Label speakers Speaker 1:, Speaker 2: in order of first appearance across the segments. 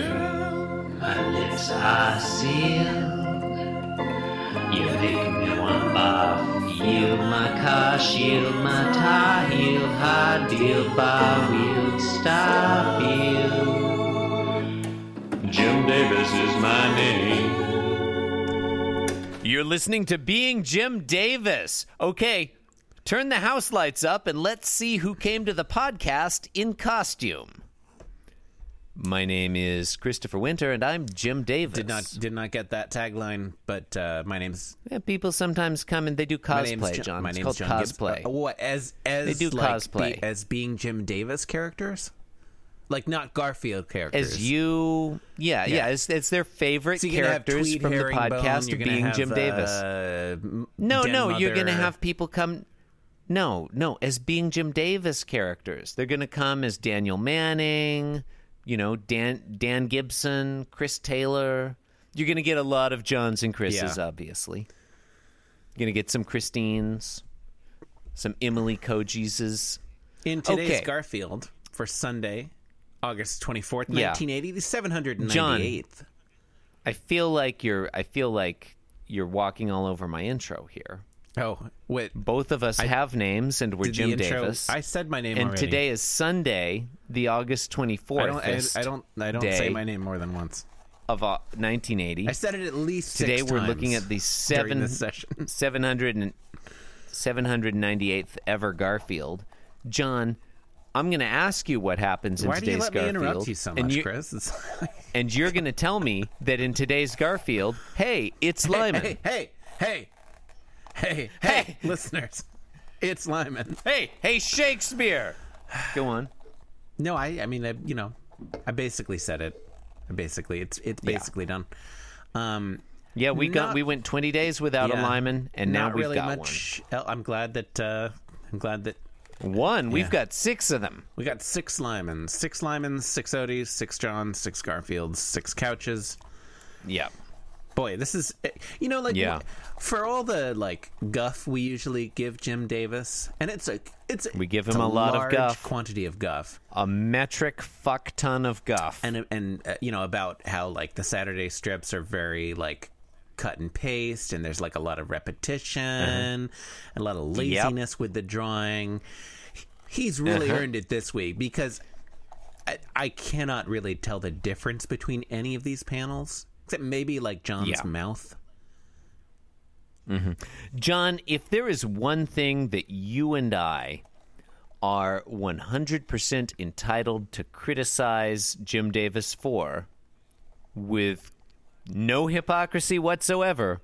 Speaker 1: Girl, my lips are sealed. You make me want to barf. Yield my car, shield my tie, heel, hard deal, bar wheel, stop you. Jim Davis is my name.
Speaker 2: You're listening to Being Jim Davis. Okay, turn the house lights up and let's see who came to the podcast in costume. My name is Christopher Winter and I'm Jim Davis.
Speaker 3: Did not did not get that tagline, but uh, my name's
Speaker 2: Yeah, people sometimes come and they do
Speaker 3: my name's
Speaker 2: cosplay,
Speaker 3: Jo-
Speaker 2: John.
Speaker 3: My
Speaker 2: it's
Speaker 3: name's
Speaker 2: called
Speaker 3: John Gibbs.
Speaker 2: cosplay.
Speaker 3: Uh, what as as
Speaker 2: They do
Speaker 3: like,
Speaker 2: cosplay.
Speaker 3: be- as being Jim Davis characters, like not Garfield characters.
Speaker 2: as you, yeah, yeah,
Speaker 3: Yeah.
Speaker 2: it's, it's their favorite
Speaker 3: So you're gonna have
Speaker 2: characters
Speaker 3: Tweed
Speaker 2: from the
Speaker 3: Herringbone,
Speaker 2: podcast of
Speaker 3: you're gonna
Speaker 2: Being
Speaker 3: have,
Speaker 2: Jim Davis.
Speaker 3: uh, m-
Speaker 2: No,
Speaker 3: Den
Speaker 2: no, you're going to
Speaker 3: Mother.
Speaker 2: have people come. No, no, as being Jim Davis characters. They're going to come as Daniel Manning, you know, Dan Dan Gibson, Chris Taylor. You're going to get a lot of Johns and Chris's,
Speaker 3: Yeah.
Speaker 2: obviously. You're going to get some Christines, some Emily Kojises.
Speaker 3: in today's
Speaker 2: Okay.
Speaker 3: Garfield for Sunday, August twenty fourth,
Speaker 2: Yeah.
Speaker 3: nineteen eighty, the seven hundred ninety eighth.
Speaker 2: I feel like you're. I feel like you're walking all over my intro here.
Speaker 3: Oh wait,
Speaker 2: Both of us have names, and we're
Speaker 3: did
Speaker 2: Jim
Speaker 3: the intro,
Speaker 2: Davis.
Speaker 3: I said my name
Speaker 2: and
Speaker 3: already.
Speaker 2: today is Sunday, the August twenty fourth.
Speaker 3: I don't, I, I don't, I don't
Speaker 2: day.
Speaker 3: say my name more than once.
Speaker 2: of uh, 1980.
Speaker 3: I said it at least six
Speaker 2: Today we're looking
Speaker 3: times
Speaker 2: at the
Speaker 3: during
Speaker 2: seven
Speaker 3: this session.
Speaker 2: 700 and 798th ever Garfield. John, I'm going to ask you what happens in
Speaker 3: Why do
Speaker 2: today's
Speaker 3: you let
Speaker 2: Garfield,
Speaker 3: me interrupt you so much,
Speaker 2: and you-
Speaker 3: Chris? It's
Speaker 2: And you're going to tell me that in today's Garfield, hey, it's Lyman.
Speaker 3: hey, hey, hey, hey, hey, listeners, it's Lyman.
Speaker 2: hey, hey, Shakespeare. Go on.
Speaker 3: No, I, I mean, I, you know, I basically said it. I basically, it's it's
Speaker 2: Yeah.
Speaker 3: basically done. Um,
Speaker 2: Yeah, we
Speaker 3: Not-
Speaker 2: got we went 20 days without a
Speaker 3: yeah,
Speaker 2: Lyman, and now
Speaker 3: not
Speaker 2: we've
Speaker 3: really
Speaker 2: got
Speaker 3: much. el- I'm glad that uh, I'm glad that
Speaker 2: one. One, we've got six of them.
Speaker 3: we got six Lymans, six Lymans, six Odies, six Johns, six Garfields, six couches.
Speaker 2: Yeah.
Speaker 3: Boy, this is eh, you know like
Speaker 2: Yeah.
Speaker 3: for all the like guff we usually give Jim Davis, and it's a it's
Speaker 2: We give
Speaker 3: it's
Speaker 2: him a lot of
Speaker 3: large
Speaker 2: guff.
Speaker 3: quantity of guff,
Speaker 2: A metric fuck ton of guff.
Speaker 3: and and uh, you know about how like the Saturday strips are very like cut and paste, and there's like a lot of repetition, and
Speaker 2: Uh-huh.
Speaker 3: a lot of laziness with the drawing. He's really
Speaker 2: Uh-huh.
Speaker 3: earned it this week because I, I cannot really tell the difference between any of these panels, except maybe like John's
Speaker 2: Yeah.
Speaker 3: mouth.
Speaker 2: John, if there is one thing that you and I are 100% entitled to criticize Jim Davis for, with no hypocrisy whatsoever,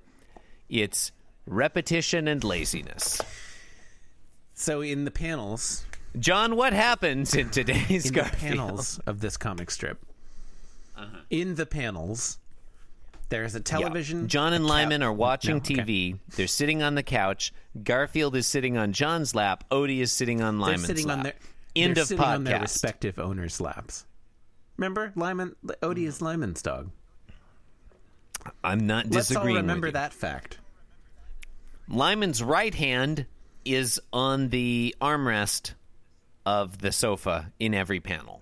Speaker 2: it's repetition and laziness.
Speaker 3: So in the panels,
Speaker 2: John, what happens in today's
Speaker 3: in
Speaker 2: Garfield?
Speaker 3: the panels of this comic strip, in the panels, there is a
Speaker 2: Uh-huh. Yeah.
Speaker 3: television.
Speaker 2: John and Lyman are watching
Speaker 3: No, okay.
Speaker 2: TV. They're sitting on the couch. Garfield is sitting on John's lap. Odie is sitting on
Speaker 3: They're
Speaker 2: Lyman's
Speaker 3: sitting
Speaker 2: lap.
Speaker 3: on their
Speaker 2: End
Speaker 3: they're
Speaker 2: of
Speaker 3: sitting
Speaker 2: podcast.
Speaker 3: on their respective owners' laps. Remember, Lyman Odie
Speaker 2: Mm.
Speaker 3: is Lyman's dog.
Speaker 2: I'm not
Speaker 3: Let's all
Speaker 2: disagreeing. with
Speaker 3: remember
Speaker 2: you.
Speaker 3: that fact.
Speaker 2: Lyman's right hand is on the armrest of the sofa in every panel.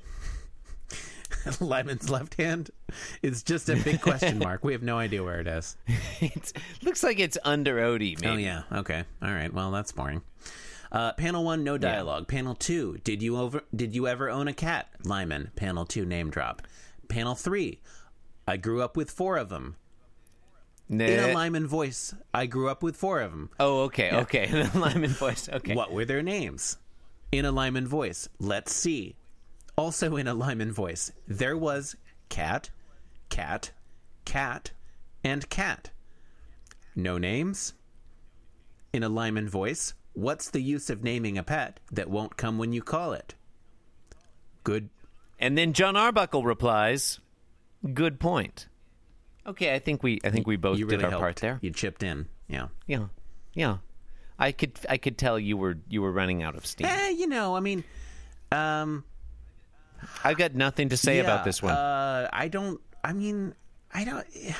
Speaker 3: Lyman's left hand is just a big question mark. We have no idea where it is.
Speaker 2: It looks like it's under Odie,
Speaker 3: Oh
Speaker 2: maybe.
Speaker 3: yeah. Okay. All right. Well, that's boring. Uh, panel one, no dialogue. Panel two, did you over? Did you ever own a cat? Lyman. Panel two, name drop. Panel three, I grew up with four of them.
Speaker 2: Nah.
Speaker 3: In a Lyman voice, I grew up with four of them.
Speaker 2: Oh, okay, okay. The Lyman voice. Okay.
Speaker 3: What were their names? In a Lyman voice, let's see. Also in a Lyman voice, there was cat, cat, cat, and cat. No names? In a Lyman voice, what's the use of naming a pet that won't come when you call it? Good.
Speaker 2: And then John Arbuckle replies, "Good point." Okay, I think we I think we both
Speaker 3: You
Speaker 2: did
Speaker 3: really
Speaker 2: our
Speaker 3: helped.
Speaker 2: part there.
Speaker 3: You chipped in. Yeah.
Speaker 2: Yeah. Yeah. I could I could tell you were you were running out of steam.
Speaker 3: Eh, you know, I mean, um,
Speaker 2: I've got nothing to say
Speaker 3: Yeah,
Speaker 2: about this one.
Speaker 3: Uh, I don't. I mean, I don't. Yeah.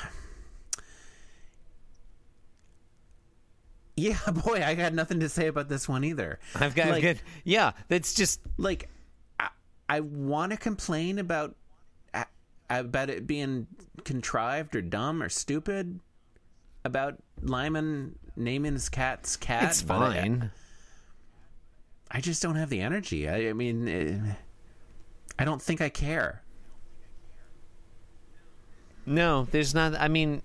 Speaker 3: Yeah, boy, I got nothing to say about this one either.
Speaker 2: I've got
Speaker 3: like,
Speaker 2: good. Yeah, that's just
Speaker 3: Like, I, I want to complain about h- about it being contrived or dumb or stupid about Lyman naming his cat's cat.
Speaker 2: It's
Speaker 3: but I-
Speaker 2: fine.
Speaker 3: I, just don't have the energy. I, I mean, eh, I don't think I care.
Speaker 2: No, there's not. I mean,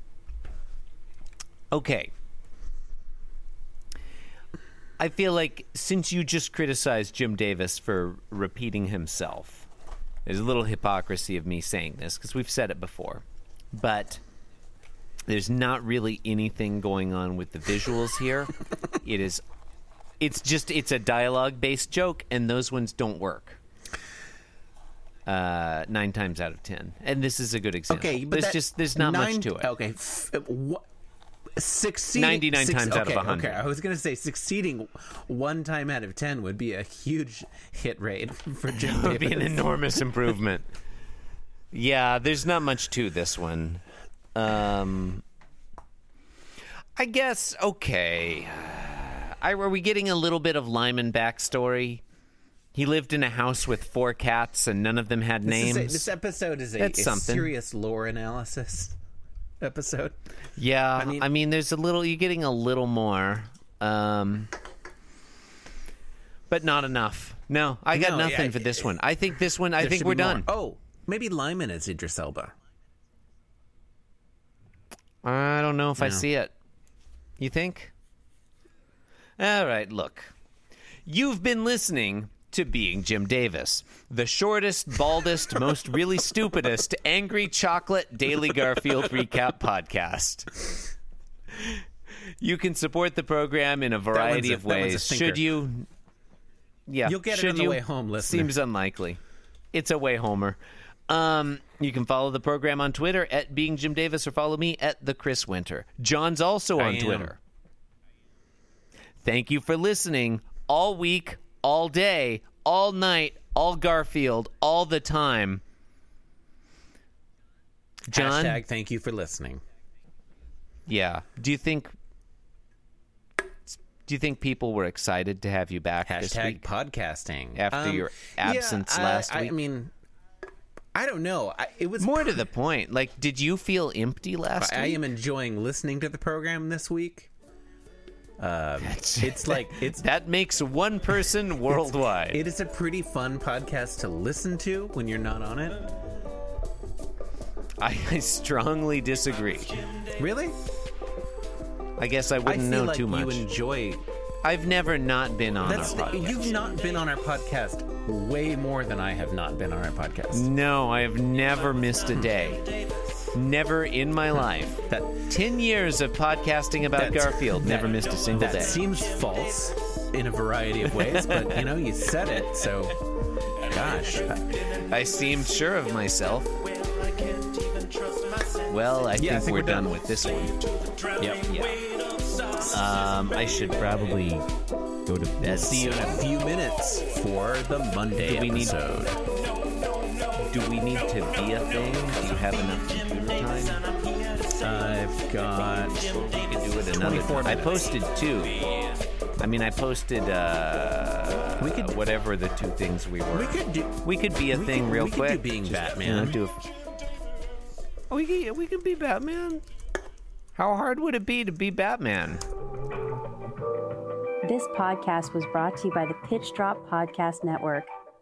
Speaker 2: okay. I feel like since you just criticized Jim Davis for repeating himself, there's a little hypocrisy of me saying this because we've said it before, but there's not really anything going on with the visuals here. it is, it's just it's a dialogue based joke, and those ones don't work. Uh, nine times out of ten, and this is a good example.
Speaker 3: Okay, but
Speaker 2: there's
Speaker 3: that-
Speaker 2: just there's not
Speaker 3: nine-
Speaker 2: much to it.
Speaker 3: Okay, f- what? Succeeding
Speaker 2: 99 times out of
Speaker 3: okay,
Speaker 2: 100.
Speaker 3: Okay, I was gonna say succeeding one time out of ten would be a huge hit rate for Jim
Speaker 2: would be an
Speaker 3: Davis.
Speaker 2: enormous improvement. yeah, there's not much to this one. Um, I guess okay. I, are we getting a little bit of Lyman backstory? He lived in a house with four cats, and none of them had
Speaker 3: This,
Speaker 2: names.
Speaker 3: is a- this episode is a,
Speaker 2: That's
Speaker 3: a
Speaker 2: something.
Speaker 3: serious lore analysis episode.
Speaker 2: yeah, I mean,
Speaker 3: mean-
Speaker 2: there's a little. You're getting a little more, um, but not enough. No, I got
Speaker 3: No, yeah,
Speaker 2: nothing for this one. I think this one. I
Speaker 3: There
Speaker 2: think
Speaker 3: should
Speaker 2: we're
Speaker 3: be more.
Speaker 2: done.
Speaker 3: Oh, maybe Lyman is Idris Elba.
Speaker 2: I don't know if I see it. You think? All right, look. You've been listening to Being Jim Davis, the shortest, baldest, most really stupidest Angry Chocolate Daily Garfield Recap podcast. You can support the program in a variety
Speaker 3: a-
Speaker 2: of
Speaker 3: that one's a
Speaker 2: ways.
Speaker 3: thinker.
Speaker 2: Should you? Yeah.
Speaker 3: You'll get it
Speaker 2: should
Speaker 3: on the
Speaker 2: you?
Speaker 3: way home, listener.
Speaker 2: Seems unlikely. It's a way homer. Um, you can follow the program on Twitter at being Jim Davis or follow me at the Chris Winter. John's also
Speaker 3: I
Speaker 2: on
Speaker 3: am.
Speaker 2: Twitter. Thank you for listening all week, all day, all night, all Garfield, all the time. John,
Speaker 3: Hashtag thank you for listening.
Speaker 2: yeah. Do you think do you think people were excited to have you back this
Speaker 3: Hashtag
Speaker 2: week?
Speaker 3: podcasting. Um,
Speaker 2: After your absence
Speaker 3: yeah, I-
Speaker 2: last
Speaker 3: I,
Speaker 2: week.
Speaker 3: I mean, I don't know. I, it was
Speaker 2: More to the point, like, did you feel empty last
Speaker 3: I
Speaker 2: week?
Speaker 3: am enjoying listening to the program this week.
Speaker 2: That's-
Speaker 3: It's like it's
Speaker 2: that makes one person worldwide.
Speaker 3: it is a pretty fun podcast to listen to when you're not on it.
Speaker 2: I, I strongly disagree.
Speaker 3: Really?
Speaker 2: I guess I
Speaker 3: I
Speaker 2: wouldn't
Speaker 3: feel
Speaker 2: know
Speaker 3: like
Speaker 2: too much.
Speaker 3: you enjoy.
Speaker 2: I've never not been on
Speaker 3: That's
Speaker 2: our
Speaker 3: the,
Speaker 2: podcast.
Speaker 3: you've not been on our podcast way more than I have not been on our podcast.
Speaker 2: No, I have never missed a day. Never in my life.
Speaker 3: That
Speaker 2: Ten years of podcasting about
Speaker 3: That's-
Speaker 2: Garfield, never
Speaker 3: that-
Speaker 2: missed a single
Speaker 3: that
Speaker 2: day.
Speaker 3: seems false in a variety of ways, but you know you said it, so gosh.
Speaker 2: I seemed sure of myself. Well, I, think,
Speaker 3: I think
Speaker 2: we're,
Speaker 3: we're done.
Speaker 2: done with this one.
Speaker 3: Yep.
Speaker 2: Um, I should probably go to bed.
Speaker 3: See you in a few minutes for the Monday
Speaker 2: Do we need-
Speaker 3: episode.
Speaker 2: Do we need to be a thing? Do you have enough computer time?
Speaker 3: I've got
Speaker 2: We can do it another
Speaker 3: 24
Speaker 2: time. I
Speaker 3: minutes.
Speaker 2: posted two. I mean, I posted uh,
Speaker 3: We could-
Speaker 2: whatever the two things we were.
Speaker 3: we could do
Speaker 2: We could be a
Speaker 3: we
Speaker 2: thing
Speaker 3: could-
Speaker 2: real
Speaker 3: we could
Speaker 2: quick.
Speaker 3: do being Batman.
Speaker 2: you know, do a- we could, we could be Batman. How hard would it be to be Batman?
Speaker 4: This podcast was brought to you by the Pitch Drop Podcast Network.